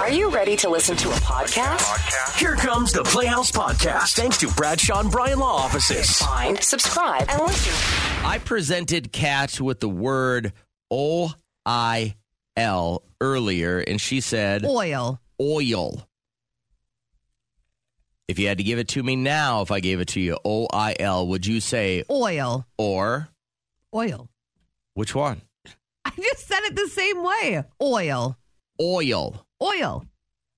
Are you ready to listen to a podcast? Here comes the Playhouse Podcast, thanks to Bradshaw and Bryan Law Offices. Find, subscribe, and listen. I presented Kat with the word O I L earlier, and she said Oil. oil. If you had to give it to me now, if I gave it to you, O I L, would you say Oil. or? Oil. Which one? I just said it the same way. Oil. Oil. Oil.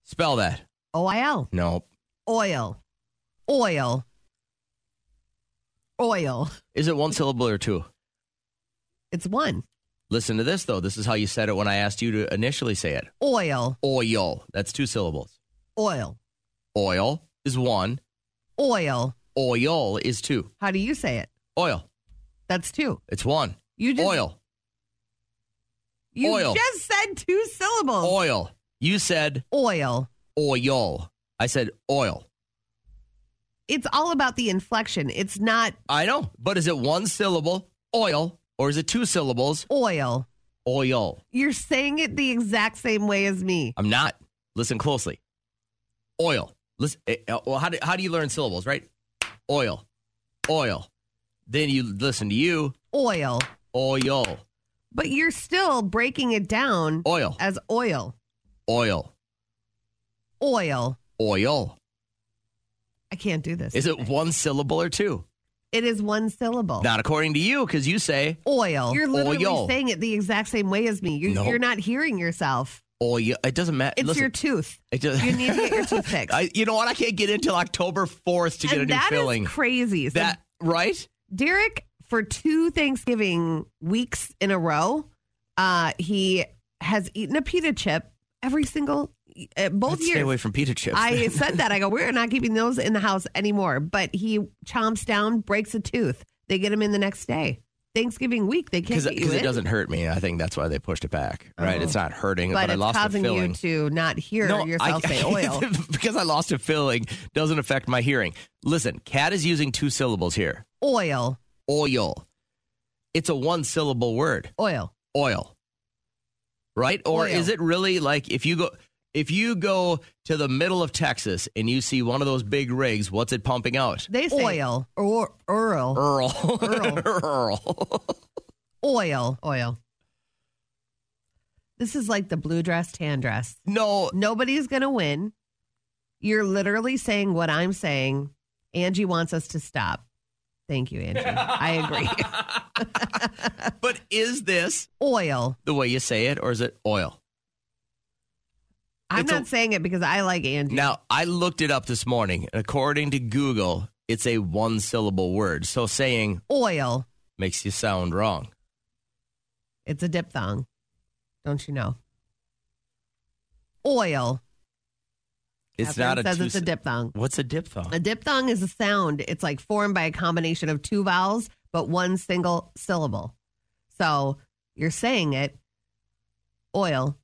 Spell that. O I L. No. Oil. Oil. Oil. Is it one syllable or two? It's one. Listen to this, though. This is how you said it when I asked you to initially say it. Oil. Oil. That's two syllables. Oil. Oil is one, Oil. oil is two. How do you say it? Oil. That's two. It's one. You just oil. You Oil. just said two syllables. Oil. You said Oil. oil. I said oil. It's all about the inflection. It's not I know, but is it one syllable, oil, or is it two syllables, oil. oil? You're saying it the exact same way as me. I'm not. Listen closely. Oil. Listen. eh, eh, Well, how do, how do you learn syllables, right? Oil. Oil. Then you listen to you. Oil. Oil. But you're still breaking it down Oil. as oil. Oil. Oil. Oil. I can't do this. Is it one syllable or two? It is one syllable. Not according to you, because you say oil. You're literally Oil. saying it the exact same way as me. You're, No. you're not hearing yourself. oil. It doesn't matter. It's listen, your tooth. it does- You need to get your tooth fixed. I, you know what? I can't get in till October 4th to get and a new that is filling. crazy. So that, right? Derek, for two Thanksgiving weeks in a row, uh, he has eaten a pita chip every single uh, both Let's years. Stay away from pita chips. I said that. I go, we're not keeping those in the house anymore. But he chomps down, breaks a tooth. They get him in the next day. Thanksgiving week, they can't because get you it in, doesn't hurt me. I think that's why they pushed it back. Right? Oh. It's not hurting, but, But I it's lost causing a you filling. to not hear yourself say oil. because I lost a filling doesn't affect my hearing. Listen, cat is using two syllables here. Oil, Oil. It's a one syllable word. oil, Oil. Right? Or Oil. is it really like if you go if you go to the middle of Texas and you see one of those big rigs, what's it pumping out? they say oil, or Er. oil, Earl. Earl. Earl. oil, oil. This is like the blue dress, tan dress. no, Nobody's going to win. You're literally saying what I'm saying. Angie wants us to stop. Thank you, Angie. I agree. but is this Oil. the way you say it or is it oil? I'm It's not a- saying it because I like Angie. Now, I looked it up this morning. and According to Google, it's a one syllable word. So saying Oil. makes you sound wrong. It's a diphthong. Don't you know? Oil. It's Catherine not a, says two it's a sy- diphthong. What's a diphthong? A diphthong is a sound. It's like formed by a combination of two vowels but one single syllable. So you're saying it. Oil.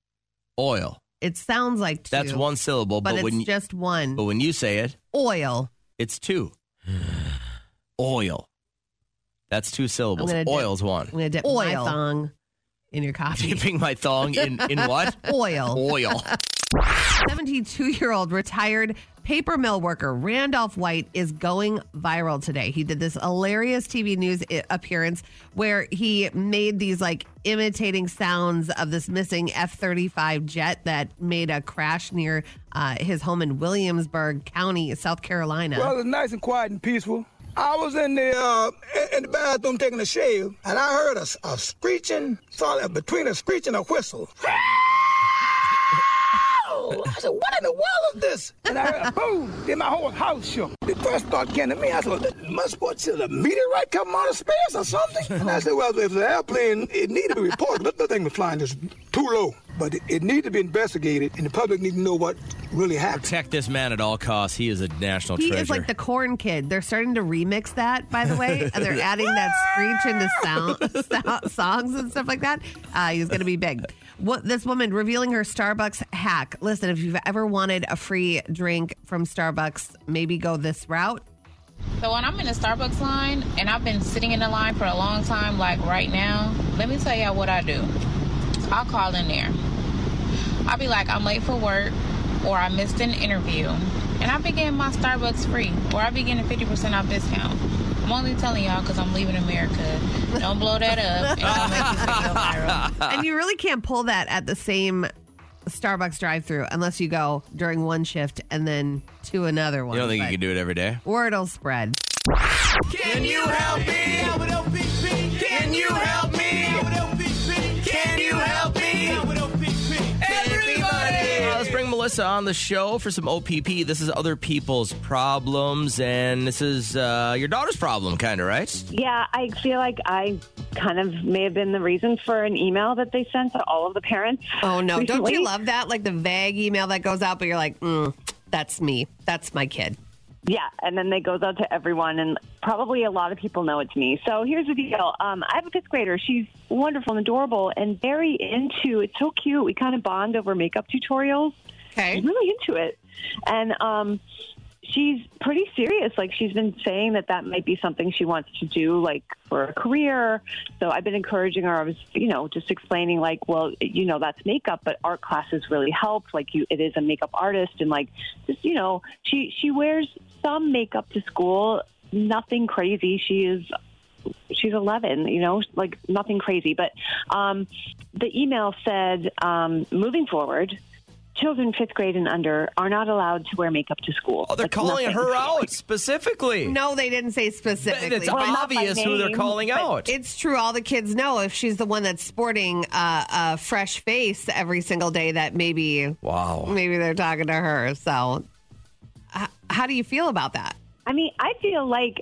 oil. It sounds like two. That's one syllable, but, but, it's when you, just one. but when you say it, Oil. it's two. oil. That's two syllables. gonna dip- Oil's one. I'm gonna dip my Oil. thong in your coffee. Dipping my thong in in what? Oil. oil. 72 year old retired paper mill worker Randolph White is going viral today. He did this hilarious TV news i- appearance where he made these like imitating sounds of this missing F 35 jet that made a crash near uh, his home in Williamsburg County, South Carolina. Well, it was nice and quiet and peaceful. I was in the uh, in- in the bathroom taking a shave, and I heard a, s- a screeching, sort of between a screech and a whistle. I said, "What in the world is this?" And I heard a boom. Then my whole house shook. The first thought came to me. I said, "Must what is it, a meteorite coming out of space or something?" And I said, "Well, if the airplane, it needed to be reported. but The thing was flying just too low, but it, it needed to be investigated, and the public need to know what really happened." Protect this man at all costs. He is a national He treasure. is like the corn kid. They're starting to remix that, by the way, and they're adding that screech into sound, sound songs and stuff like that. Uh, he's going to be big. What this woman revealing her Starbucks hack. Listen, if you've ever wanted a free drink from Starbucks, maybe go this route. So when I'm in the Starbucks line and I've been sitting in the line for a long time, like right now, let me tell y'all what I do. I'll call in there. I'll be like, I'm late for work. or I missed an interview, and I began my Starbucks free, or I began a 50% off discount. I'm only telling y'all because I'm leaving America. Don't blow that up. And don't make this video viral. Ah. and you really can't pull that at the same Starbucks drive-through unless you go during one shift and then to another one. You don't think you but- can do it every day? or it'll spread. Can you help me? Can you help me? Can you help me? Everybody! Uh, let's bring Melissa on the show for some OPP. This is other people's problems, and this is uh, your daughter's problem, kind of, right? Yeah, I feel like I kind of may have been the reason for an email that they sent to all of the parents. Oh no! Don't recently. you love that? Like the vague email that goes out, but you're like, mm, "That's me. That's my kid." Yeah, and then they goes out to everyone, and probably a lot of people know it's me. So here's the deal: um, I have a fifth grader. She's wonderful and adorable, and very into. It's so cute. We kind of bond over makeup tutorials. Okay. She's really into it, and um, she's pretty serious. Like she's been saying that that might be something she wants to do, like for a career. So I've been encouraging her. I was, you know, just explaining, like, well, you know, that's makeup, but art classes really helped. Like, you, it is a makeup artist, and like, just you know, she she wears some makeup to school. Nothing crazy. She is she's 11, you know, like nothing crazy. But um, the email said, um, moving forward, children fifth grade and under are not allowed to wear makeup to school. Oh, they're Like, calling nothing. her out specifically. No, they didn't say specifically. it's but not by obvious who they're name, calling but out. It's true. All the kids know if she's the one that's sporting uh, a fresh face every single day that maybe wow. maybe they're talking to her. So, h- how do you feel about that? I mean, I feel like,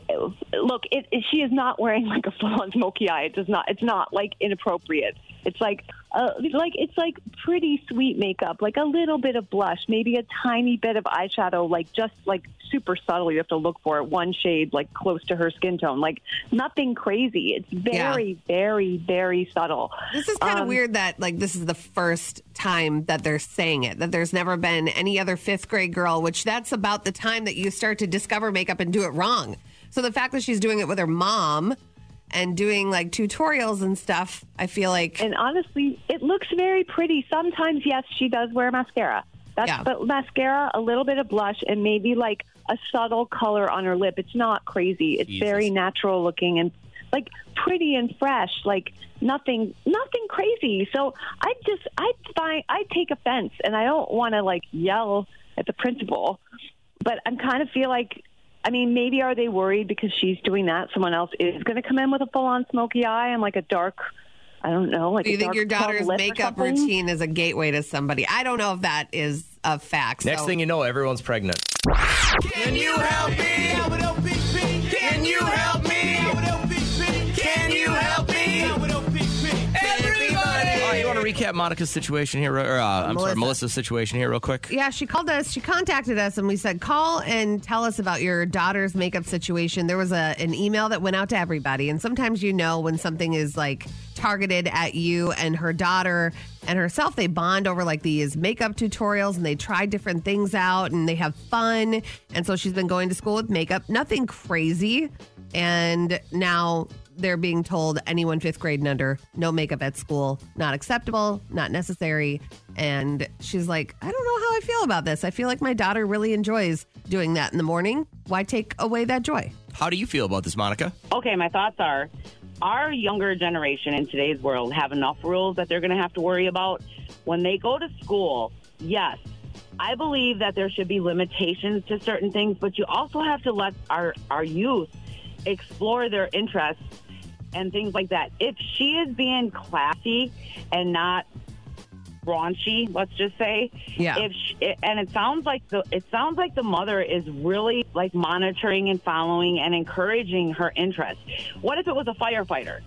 look, it, it, she is not wearing like a full-on smoky eye. It does not. It's not like inappropriate. It's like, uh, like it's like pretty sweet makeup, like a little bit of blush, maybe a tiny bit of eyeshadow, like just like super subtle. You have to look for it one shade, like close to her skin tone, like nothing crazy. It's very, very, very subtle. This is kind of Um, weird that like this is the first time that they're saying it. That there's never been any other fifth grade girl, which that's about the time that you start to discover makeup and do it wrong. So the fact that she's doing it with her mom and doing like tutorials and stuff, I feel like And honestly, it looks very pretty. Sometimes, yes, she does wear mascara. That's Yeah. but mascara, a little bit of blush, and maybe like a subtle color on her lip. It's not crazy. It's Jesus. very natural looking and like pretty and fresh. Like nothing, nothing crazy. So I just, I find, I take offense, and I don't want to like yell at the principal, but I'm kind of feel like. I mean, maybe are they worried because she's doing that? Someone else is going to come in with a full-on smoky eye and like a dark, I don't know, like do you a think dark your cloud daughter's lip or makeup something? routine is a gateway to somebody? I don't know if that is a fact. Next So- thing you know, everyone's pregnant. Can you help me? Can you help me? Can you help me? Everybody! All right, you want to recap Monica's situation here, or uh, I'm sorry, Melissa. Melissa's situation here, real quick? Yeah, she called us. She contacted us, and we said, "Call and tell us about your daughter's makeup situation." There was a an email that went out to everybody, and sometimes you know when something is like targeted at you and her daughter and herself. They bond over like these makeup tutorials, and they try different things out, and they have fun. And so she's been going to school with makeup, nothing crazy, and now. They're being told anyone fifth grade and under, no makeup at school, not acceptable, not necessary. And she's like, I don't know how I feel about this. I feel like my daughter really enjoys doing that in the morning. Why take away that joy? How do you feel about this, Monica? Okay, my thoughts are our younger generation in today's world have enough rules that they're going to have to worry about when they go to school. Yes, I believe that there should be limitations to certain things, but you also have to let our our youth explore their interests and things like that. If she is being classy and not raunchy, let's just say, Yeah. if she, and it sounds like the it sounds like the mother is really like monitoring and following and encouraging her interest. What if it was a firefighter?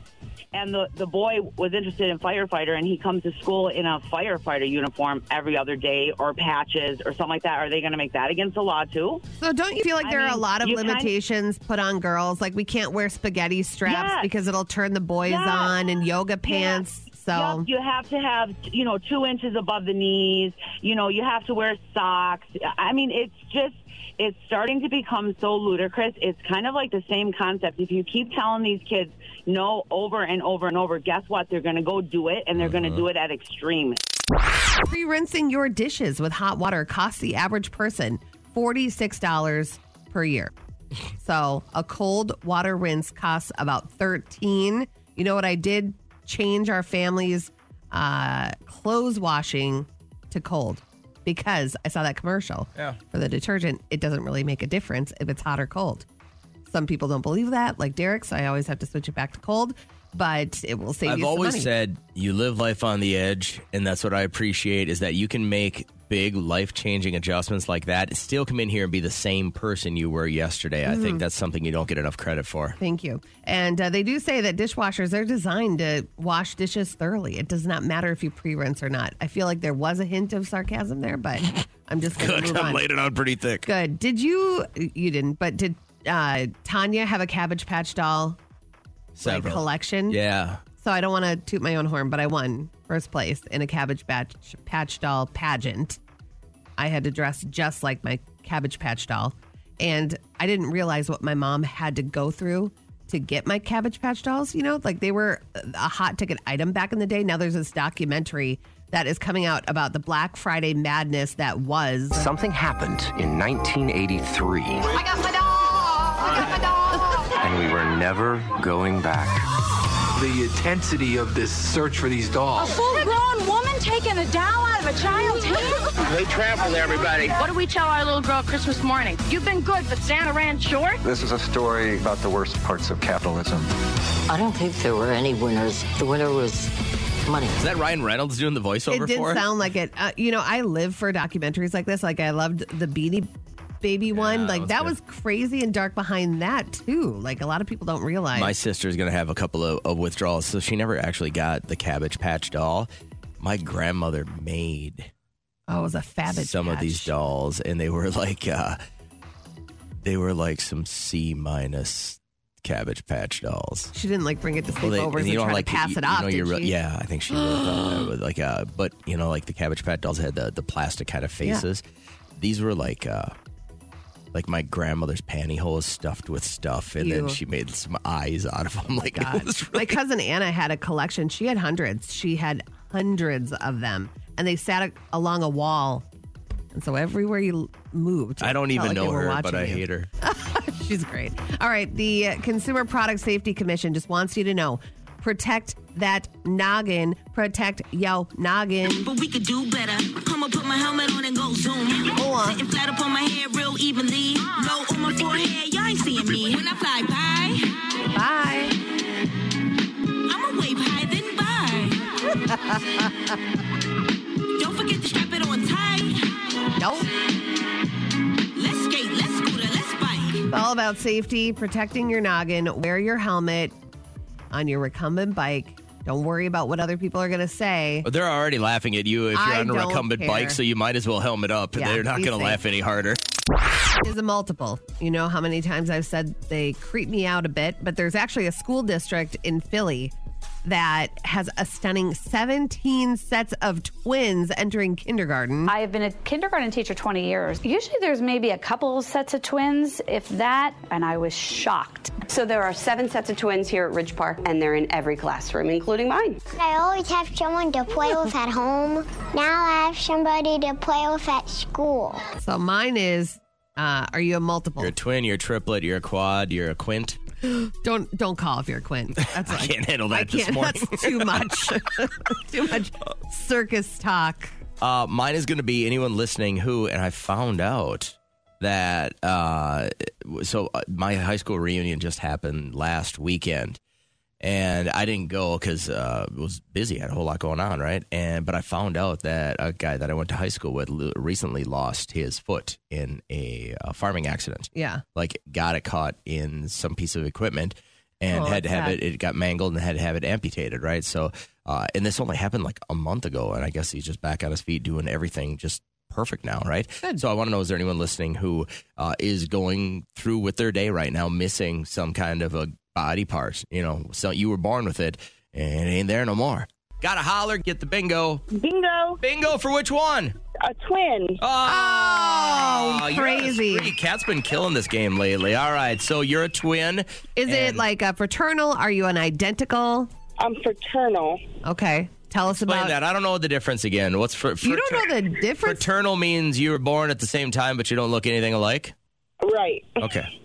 And the, the boy was interested in firefighter, and he comes to school in a firefighter uniform every other day, or patches, or something like that. Are they going to make that against the law too? So don't you feel like I there are a mean, lot of you kind- limitations put on girls? Like we can't wear spaghetti straps Yes. because it'll turn the boys Yes. on and yoga pants. So Yup, you have to have you know two inches above the knees. You know you have to wear socks. I mean, it's just it's starting to become so ludicrous. It's kind of like the same concept. If you keep telling these kids no over and over and over, guess what? They're going to go do it, and they're going to do it at extreme. Free rinsing your dishes with hot water costs the average person $46 per year. So a cold water rinse costs about 13. You know what I did? Change our family's uh, clothes washing to cold because I saw that commercial Yeah. for the detergent. It doesn't really make a difference if it's hot or cold. Some people don't believe that, like Derek, so I always have to switch it back to cold, but it will save I've you some always money. said you live life on the edge, and that's what I appreciate is that you can make big life changing adjustments like that. and Still come in here and be the same person you were yesterday. I Mm-hmm. think that's something you don't get enough credit for. Thank you. And uh, they do say that dishwashers are designed to wash dishes thoroughly. It does not matter if you pre-rinse or not. I feel like there was a hint of sarcasm there, but I'm just going to move on. it on pretty thick. Good. Did you? You didn't, but did uh, Tanya have a Cabbage Patch doll like, Several. collection? Yeah. So I don't want to toot my own horn, but I won first place in a Cabbage Patch Patch doll pageant. I had to dress just like my Cabbage Patch doll, and I didn't realize what my mom had to go through to get my Cabbage Patch dolls. You know, like they were a hot ticket item back in the day. Now there's this documentary that is coming out about the Black Friday madness that was. Something happened in 1983, I got my dog! I got my dog! and we were never going back. The intensity of this search for these A dolls. full grown woman taking a doll out of a child's hand? They trampled everybody. What do we tell our little girl Christmas morning? You've been good, but Santa ran short? This is a story about the worst parts of capitalism. I don't think there were any winners. The winner was money. Is that Ryan Reynolds doing the voiceover it did for it? sound like it. Uh, you know, I live for documentaries like this. Like I loved the Beanie Baby one. that Like was that good. was crazy and dark behind that too. Like a lot of people don't realize. My sister's going to have a couple of, of withdrawals, so she never actually got the Cabbage Patch doll. My grandmother made oh, it was a fabbage. some of these patch. dolls, and they were like, uh, they were like some C minus Cabbage Patch dolls. She didn't like bring it to Well, they- sleepovers and and, try to pass you- it you off. know, did you're real- she? yeah, I think she really thought that was like, uh, but you know, like the Cabbage Patch dolls had the, the plastic kind of faces. These were like, uh, like my grandmother's pantyhose stuffed with stuff, and then Ew. she made some eyes out of them. Like, it was My really- cousin Anna had a collection. She had hundreds. She had hundreds of them, and they sat a- along a wall. And so everywhere you l- moved, I don't it even felt like know they were her, but watching I you. hate her. She's great. All right. The uh, Consumer Product Safety Commission just wants you to know protect that noggin. Protect yo noggin. But we could do better. Come on, put my helmet on and go zoom. Sitting flat up on my head real evenly. Low on my forehead, y'all ain't seeing me. When I fly by, Bye. I'ma wave high, then bye. Don't forget to strap it on tight. Nope. Let's skate, let's scooter, let's bike. It's all about safety, protecting your noggin. Wear your helmet on your recumbent bike. Don't worry about what other people are going to say. But they're already laughing at you if you're I on a don't recumbent care. bike, so you might as well helmet up. Yeah, they're not be going to safe. laugh any harder. is a multiple. You know how many times I've said they creep me out a bit, but there's actually a school district in Philly that has a stunning 17 sets of twins entering kindergarten. I have been a kindergarten teacher 20 years. Usually there's maybe a couple sets of twins, if that, and I was shocked. So there are seven sets of twins here at Ridge Park, and they're in every classroom, including mine. I always have someone to play with at home. Now I have somebody to play with at school. So mine is uh, are you a multiple? You're a twin, you're a triplet, you're a quad, you're a quint. Don't don't call if you're a Quinn. That's I like- can't handle that I this can't. morning. That's too much. too much circus talk. Uh, mine is going to be anyone listening who, and I found out that uh, so uh, my high school reunion just happened last weekend, and I didn't go because uh, it was busy. I had a whole lot going on, right? And but I found out that a guy that I went to high school with l- recently lost his foot in a, uh farming accident. Yeah. Like got it caught in some piece of equipment. And Oh, had to that's have it, sad. it got mangled and had to have it amputated, right? So, uh, and this only happened like a month ago. And I guess he's just back on his feet doing everything just perfect now, right? So I want to know is there anyone listening who uh, is going through with their day right now, missing some kind of a body part? You know, so you were born with it and it ain't there no more. Gotta holler, get the bingo. Bingo, Bingo for which one? a twin. Oh, Oh, you're a crazy. freak. Cat's been killing this game lately. All right, so you're a twin. Is it and- like a fraternal? Are you an identical? I'm fraternal. Okay. Tell us Explain about that. I don't know the difference again. What's for, You don't know the difference? Fraternal means you were born at the same time, but you don't look anything alike. Right. Okay.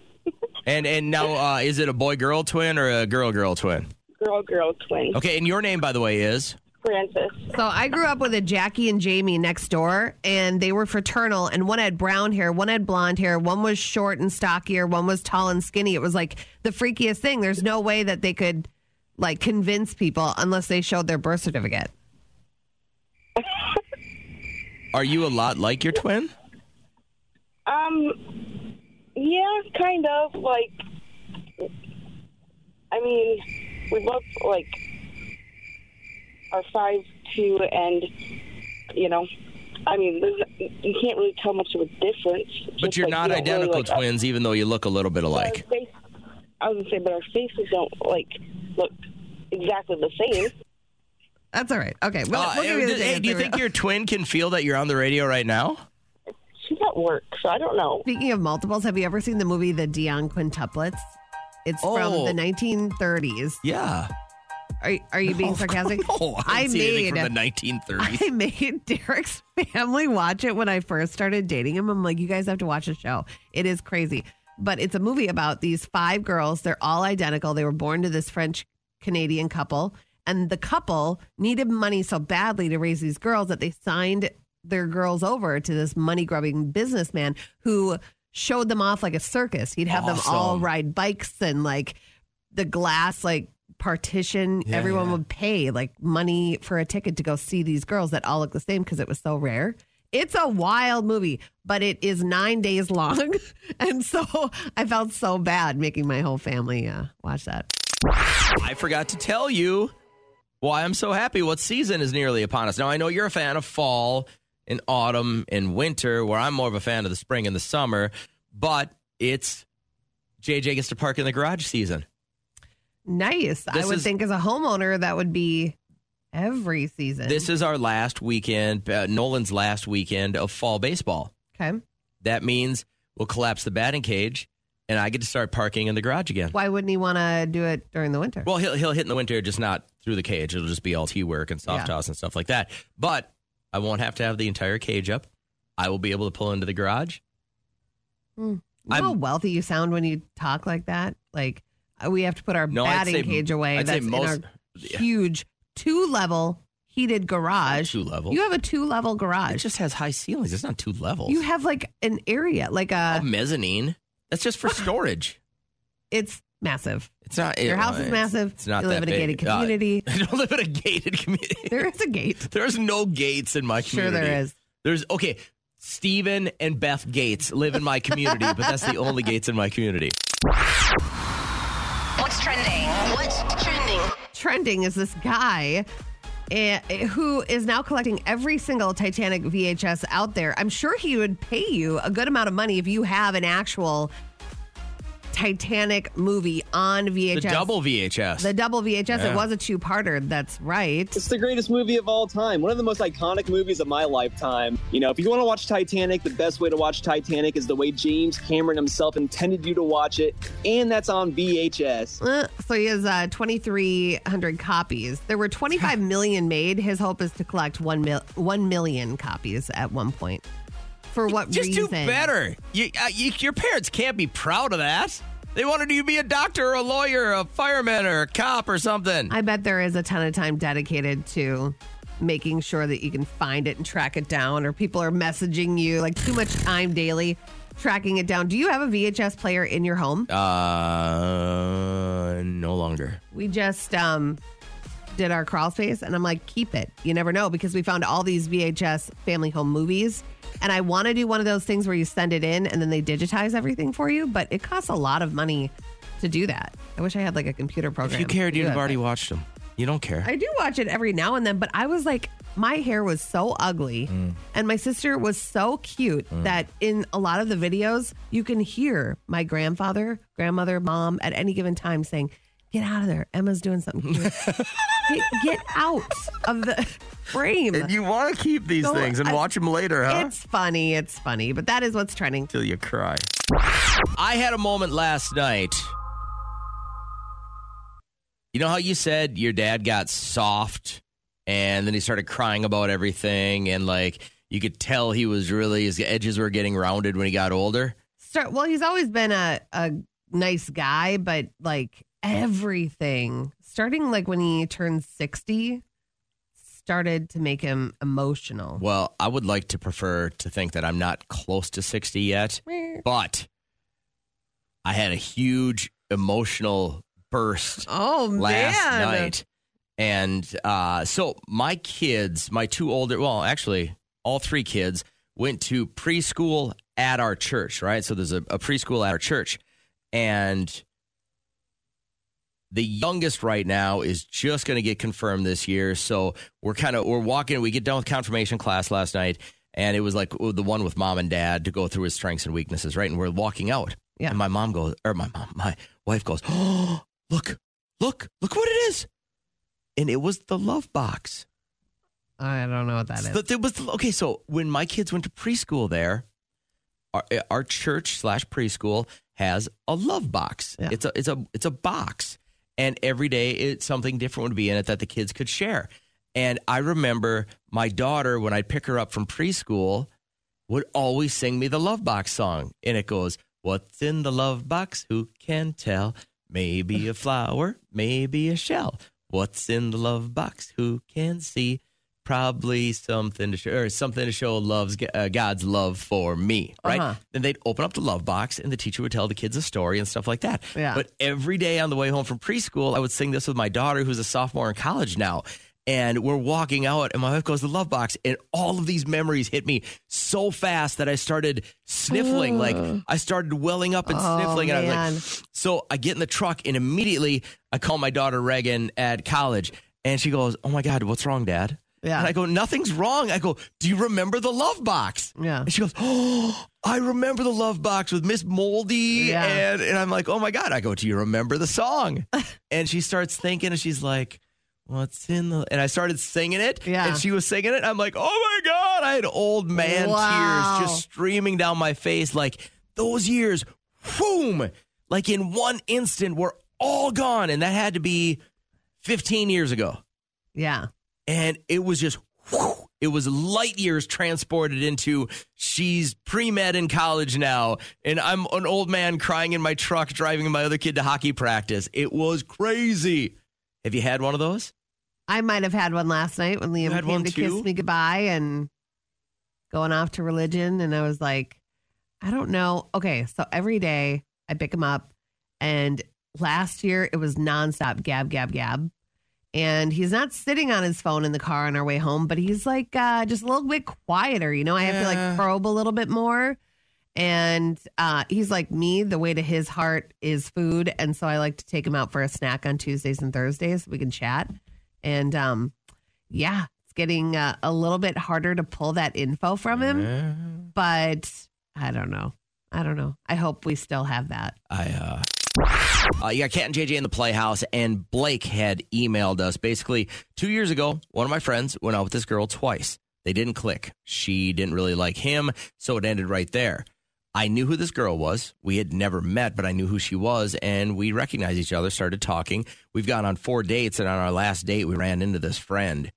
and and now uh, is it a boy girl twin or a girl girl twin? Girl, girl, twin. Okay. And your name, by the way, is Francis. So I grew up with a Jackie and Jamie next door, and they were fraternal. And one had brown hair, one had blonde hair, one was short and stockier, one was tall and skinny. It was like the freakiest thing. There's no way that they could like convince people unless they showed their birth certificate. Are you a lot like your twin? Um, yeah, kind of. Like, I mean, we both like are five two, and you know, I mean, there's, you can't really tell much of a difference. But Just, you're like, not we don't really, identical like, twins, even though you look a little bit Our alike. face, I was gonna say, but our faces don't like look exactly the same. That's all right. Okay. Well, Uh, we'll give you the hey, data. do you There we think go. your twin can feel that you're on the radio right now? She's at work, so I don't know. Speaking of multiples, have you ever seen the movie The Dion Quintuplets? It's Oh. from the 1930s. Yeah. Are, are you being sarcastic? Oh, No, I, I don't see anything made- from the 1930s. I made Derek's family watch it when I first started dating him. I'm like, you guys have to watch the show. It is crazy. But it's a movie about these five girls. They're all identical. They were born to this French Canadian couple. And the couple needed money so badly to raise these girls that they signed their girls over to this money grubbing businessman who showed them off like a circus. He'd have them all Awesome. ride bikes and like the glass like partition Yeah, everyone yeah. would pay like money for a ticket to go see these girls that all look the same because it was so rare it's a wild movie but it is nine days long and so i felt so bad making my whole family uh, watch that I forgot to tell you why I'm so happy. What season is nearly upon us? Now, I know you're a fan of fall and autumn and winter, where I'm more of a fan of the spring and the summer, but it's JJ gets to park in the garage season. nice i This would is- think as a homeowner that would be every season This is our last weekend, uh, Nolan's last weekend of fall baseball. okay That means we'll collapse the batting cage and I get to start parking in the garage again. why wouldn't he want to do it during the winter Well, he'll he'll hit in the winter, just not through the cage. It'll just be all tee work and soft Yeah. toss and stuff like that. But I won't have to have the entire cage up. I will be able to pull into the garage. You know how I'm- wealthy you sound when you talk like that. Like uh, we have to put our No, I'd batting say- cage away. I'd say That's most- in our huge two-level heated garage. Two level. You have a two-level it garage. just has high ceilings. It's not two levels. You have like an area, like uh, a. a mezzanine. That's just for storage. it's massive. It's not. Your house is it's- massive. It's not You that live in a big. gated Uh, community. I don't live in a gated community. There is a gate. There's no gates in my Sure, community. there is. There's okay. Steven and Beth Gates live in my community, but that's the only gates in my community. What's trending? What's trending? Trending is this guy. eh, Who is now collecting every single Titanic VHS out there? I'm sure he would pay you a good amount of money if you have an actual Titanic movie on The VHS. double VHS. The double VHS. Yeah. It was a two parter. That's right. It's the greatest movie of all time. One of the most iconic movies of my lifetime. You know, if you want to watch Titanic, the best way to watch Titanic is the way James Cameron himself intended you to watch it, and that's on VHS. Uh, So he has uh, 2,300 copies. There were 25 million made. His hope is to collect 1, mil- 1 million copies at one point. For what Just reason? do better. You, uh, you, your parents can't be proud of that. They wanted you to be a doctor or a lawyer or a fireman or a cop or something. I bet there is a ton of time dedicated to making sure that you can find it and track it down, or people are messaging you like too much time daily tracking it down. Do you have a VHS player in your home? uh, no longer. we just um did our crawl space and I'm like, keep it. You never know because we found all these VHS family home movies. And I want to do one of those things where you send it in and then they digitize everything for you, but it costs a lot of money to do that. I wish I had like a computer program. If you cared, to do you'd have that, already but- watched them. You don't care. I do watch it every now and then, but I was like, my hair was so ugly and my sister was so cute that in a lot of the videos, you can hear my grandfather, grandmother, mom at any given time saying, Get out of there. Emma's doing something cute. get, get out of the frame. you want to keep these So, things and I- watch them later, It's funny. It's funny, but that is what's trending. Till you cry. I had a moment last night. You know how you said your dad got soft and then he started crying about everything, and like you could tell he was really his edges were getting rounded when he got older. Start, well, he's always been a, a nice guy, but like everything, starting like when he turned 60, started to make him emotional. Well, I would like to prefer to think that I'm not close to 60 yet, but I had a huge emotional burst Oh, last man. night. And uh, so my kids, my two older, well, actually, all three kids went to preschool at our church, right? So there's a, a preschool at our church. And the youngest right now is just going to get confirmed this year. So we're kind of we're walking. We get done with confirmation class last night, and it was like oh, the one with mom and dad to go through his strengths and weaknesses, right? And we're walking out, yeah. and my mom goes, or my mom, my wife goes, oh, look, look, look what it is, and it was the love box. I don't know what that is. But there was okay. So when my kids went to preschool, there, our, eh, our church slash preschool has a love box. It's a it's a it's a box, and every day it something different would be in it that the kids could share. And I remember my daughter when I'd pick her up from preschool would always sing me the love box song, and it goes, "What's in the love box? Who can tell? Maybe a flower, maybe a shell. What's in the love box? Who can see?" Probably something to show, or something to show love's uh, God's love for me, right? Uh-huh. Then they'd open up the love box, and the teacher would tell the kids a story and stuff like that. Yeah. But every day on the way home from preschool, I would sing this with my daughter, who's a sophomore in college now. And we're walking out, and my wife goes to the love box, and all of these memories hit me so fast that I started sniffling. Like I started welling up and Oh, sniffling, and I man. was like, so I get in the truck and immediately I call my daughter Reagan at college and she goes, Oh my God, what's wrong, Dad? Yeah. And I go, Nothing's wrong. I go, Do you remember the love box? Yeah. And she goes, Oh, I remember the love box with Miss Moldy. Yeah. And, and I'm like, Oh my God. I go, Do you remember the song? and she starts thinking and she's like, What's in the. And I started singing it. Yeah. And she was singing it. I'm like, Oh my God. I had old man Wow. tears just streaming down my face. Like those years, boom, like in one instant, were all gone. And that had to be 15 years ago. Yeah. And it was just, whew, it was light years transported into she's pre med in college now. And I'm an old man crying in my truck, driving my other kid to hockey practice. It was crazy. Have you had one of those? I might have had one last night when Liam had came one to too? kiss me goodbye and going off to religion. And I was like, I don't know. Okay. So every day I pick him up. And last year it was nonstop gab, gab, gab. And he's not sitting on his phone in the car on our way home, but he's like uh, just a little bit quieter. You know, I have to Yeah. like probe a little bit more. And uh, he's like me. The way to his heart is food, and so I like to take him out for a snack on Tuesdays and Thursdays. We can chat, and um, yeah, it's getting uh, a little bit harder to pull that info from him. But I don't know. I don't know. I hope we still have that. I uh uh, you got Cat and JJ in the Playhouse, and Blake had emailed us. Basically, two years ago, one of my friends went out with this girl twice. They didn't click. She didn't really like him, so it ended right there. I knew who this girl was. We had never met, but I knew who she was, and we recognized each other, started talking. We've gone on four dates, and on our last date, we ran into this friend.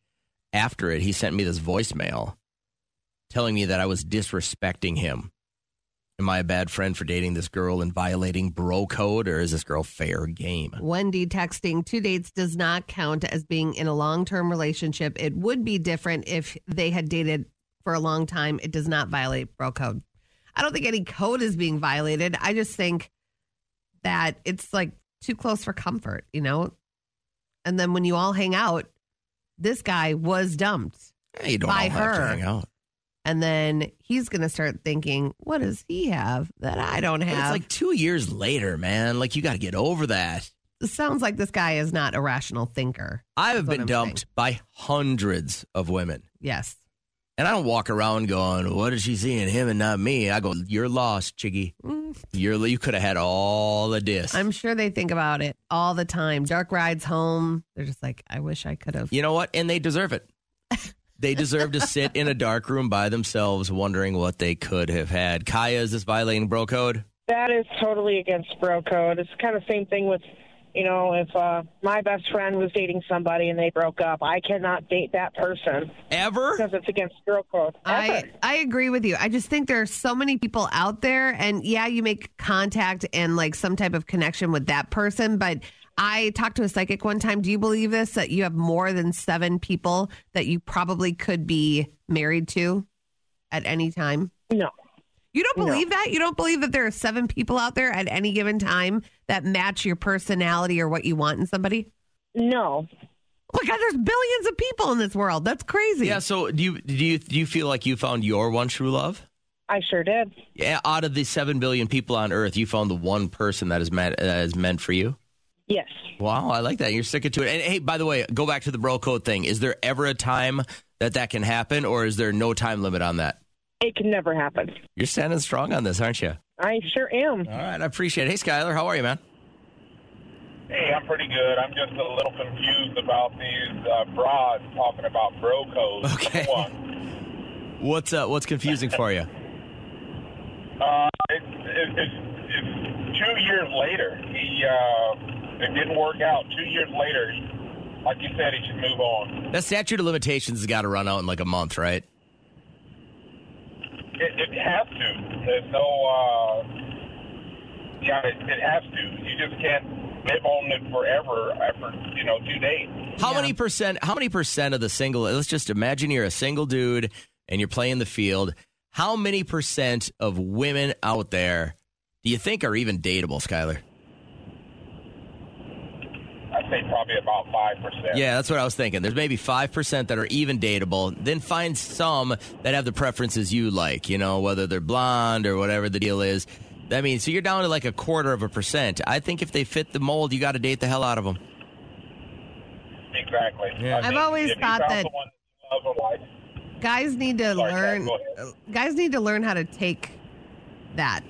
After it, he sent me this voicemail telling me that I was disrespecting him. Am I a bad friend for dating this girl and violating bro code, or is this girl fair game? Wendy texting two dates does not count as being in a long term relationship. It would be different if they had dated for a long time. It does not violate bro code. I don't think any code is being violated. I just think that it's like too close for comfort, you know? And then when you all hang out, this guy was dumped Hey, you don't by all her. have to hang out. And then he's going to start thinking, what does he have that I don't But have? It's like two years later, man. Like you got to get over that. It sounds like this guy is not a rational thinker. I have That's what been I'm dumped by hundreds of women, Yes. and I don't walk around going, "What did she see in him and not me?" I go, "You're lost, chiggy. You're lo- you could have had all of this." Mm. I'm sure they think about it all the time. Dark rides home. They're just like, I wish I could have. you know what? And they deserve it. They deserve to sit in a dark room by themselves, wondering what they could have had. Kaya, is this violating bro code? That is totally against bro code. It's kind of same thing with you know, if uh, my best friend was dating somebody and they broke up, I cannot date that person ever because it's against girl code. I, I agree with you. I just think there are so many people out there, and yeah, you make contact and like some type of connection with that person. But I talked to a psychic one time. Do you believe this? That you have more than seven people that you probably could be married to at any time? No. You don't believe that? You don't believe that there are seven people out there at any given time that match your personality or what you want in somebody? No. Oh my God, there's billions of people in this world. That's crazy. Yeah. So do you do you do you feel like you found your one true love? I sure did. Yeah. Out of the seven billion people on Earth, you found the one person that is meant that is meant for you. Yes. Wow, I like that. You're sticking to it. And hey, by the way, go back to the bro code thing. Is there ever a time that that can happen, or is there no time limit on that? It can never happen. You're standing strong on this, aren't you? I sure am. All right, I appreciate it. Hey, Skylar, how are you, man? Hey, I'm pretty good. I'm just a little confused about these uh, broads talking about bro codes. Okay. What's uh, what's confusing for you? Uh, it, it, it, it's two years later. He uh, it didn't work out. Two years later, he- like you said, he should move on. That statute of limitations has got to run out in like a month, right? It, it has to. There's no. Uh, yeah, it, it has to. You just can't live on it forever after you know two days. How many percent? How many percent of the single? Let's just imagine you're a single dude and you're playing the field. How many percent of women out there do you think are even dateable, Skylar? I'd say probably about five percent. Yeah, that's what I was thinking. There's maybe 5% that are even dateable. Then find some that have the preferences you like, you know, whether they're blonde or whatever the deal is. That means, so you're down to like a quarter of a percent. I think if they fit the mold, you got to date the hell out of them. Exactly. Yeah. I I've mean, always if you thought found that- the one that you love in life, guys need to Sorry, Karen, learn go ahead. guys need to learn how to take that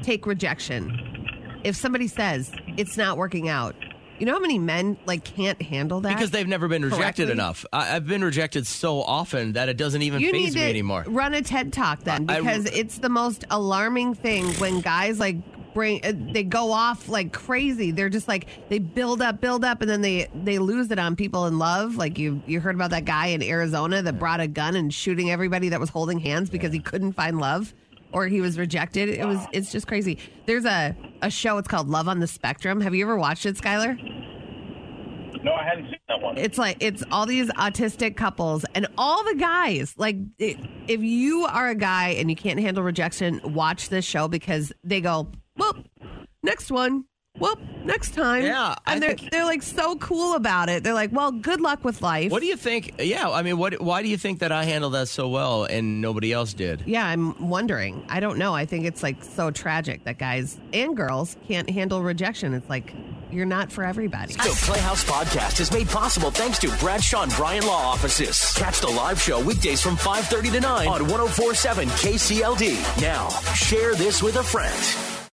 take rejection if somebody says it's not working out you know how many men like can't handle that Because they've never been rejected correctly? enough. I, I've been rejected so often that it doesn't even you phase need me to anymore. run a ted talk then I- I- because it's the most alarming thing when guys like bring uh, they go off like crazy they're just like they build up build up and then they they lose it on people in love like you you heard about that guy in arizona that brought a gun and shooting everybody that was holding hands because he couldn't find love or he was rejected it was it's just crazy there's a a show it's called love on the spectrum have you ever watched it skylar No, I hadn't seen that one. it's like it's all these autistic couples and all the guys. Like i- if you are a guy and you can't handle rejection, watch this show because they go, "Whoop, next one." Whoop, next time. Yeah, I and they're they're like so cool about it. They're like, "Well, good luck with life." What do you think? Yeah, I mean, what? Why do you think that I handled that so well and nobody else did? yeah, I'm wondering. I don't know. I think it's like so tragic that guys and girls can't handle rejection. It's like you're not for everybody. The Playhouse Podcast is made possible thanks to Bradshaw and Bryan Law Offices. Catch the live show weekdays from 5.30 to 9 on 104.7 KCLD. Now, share this with a friend.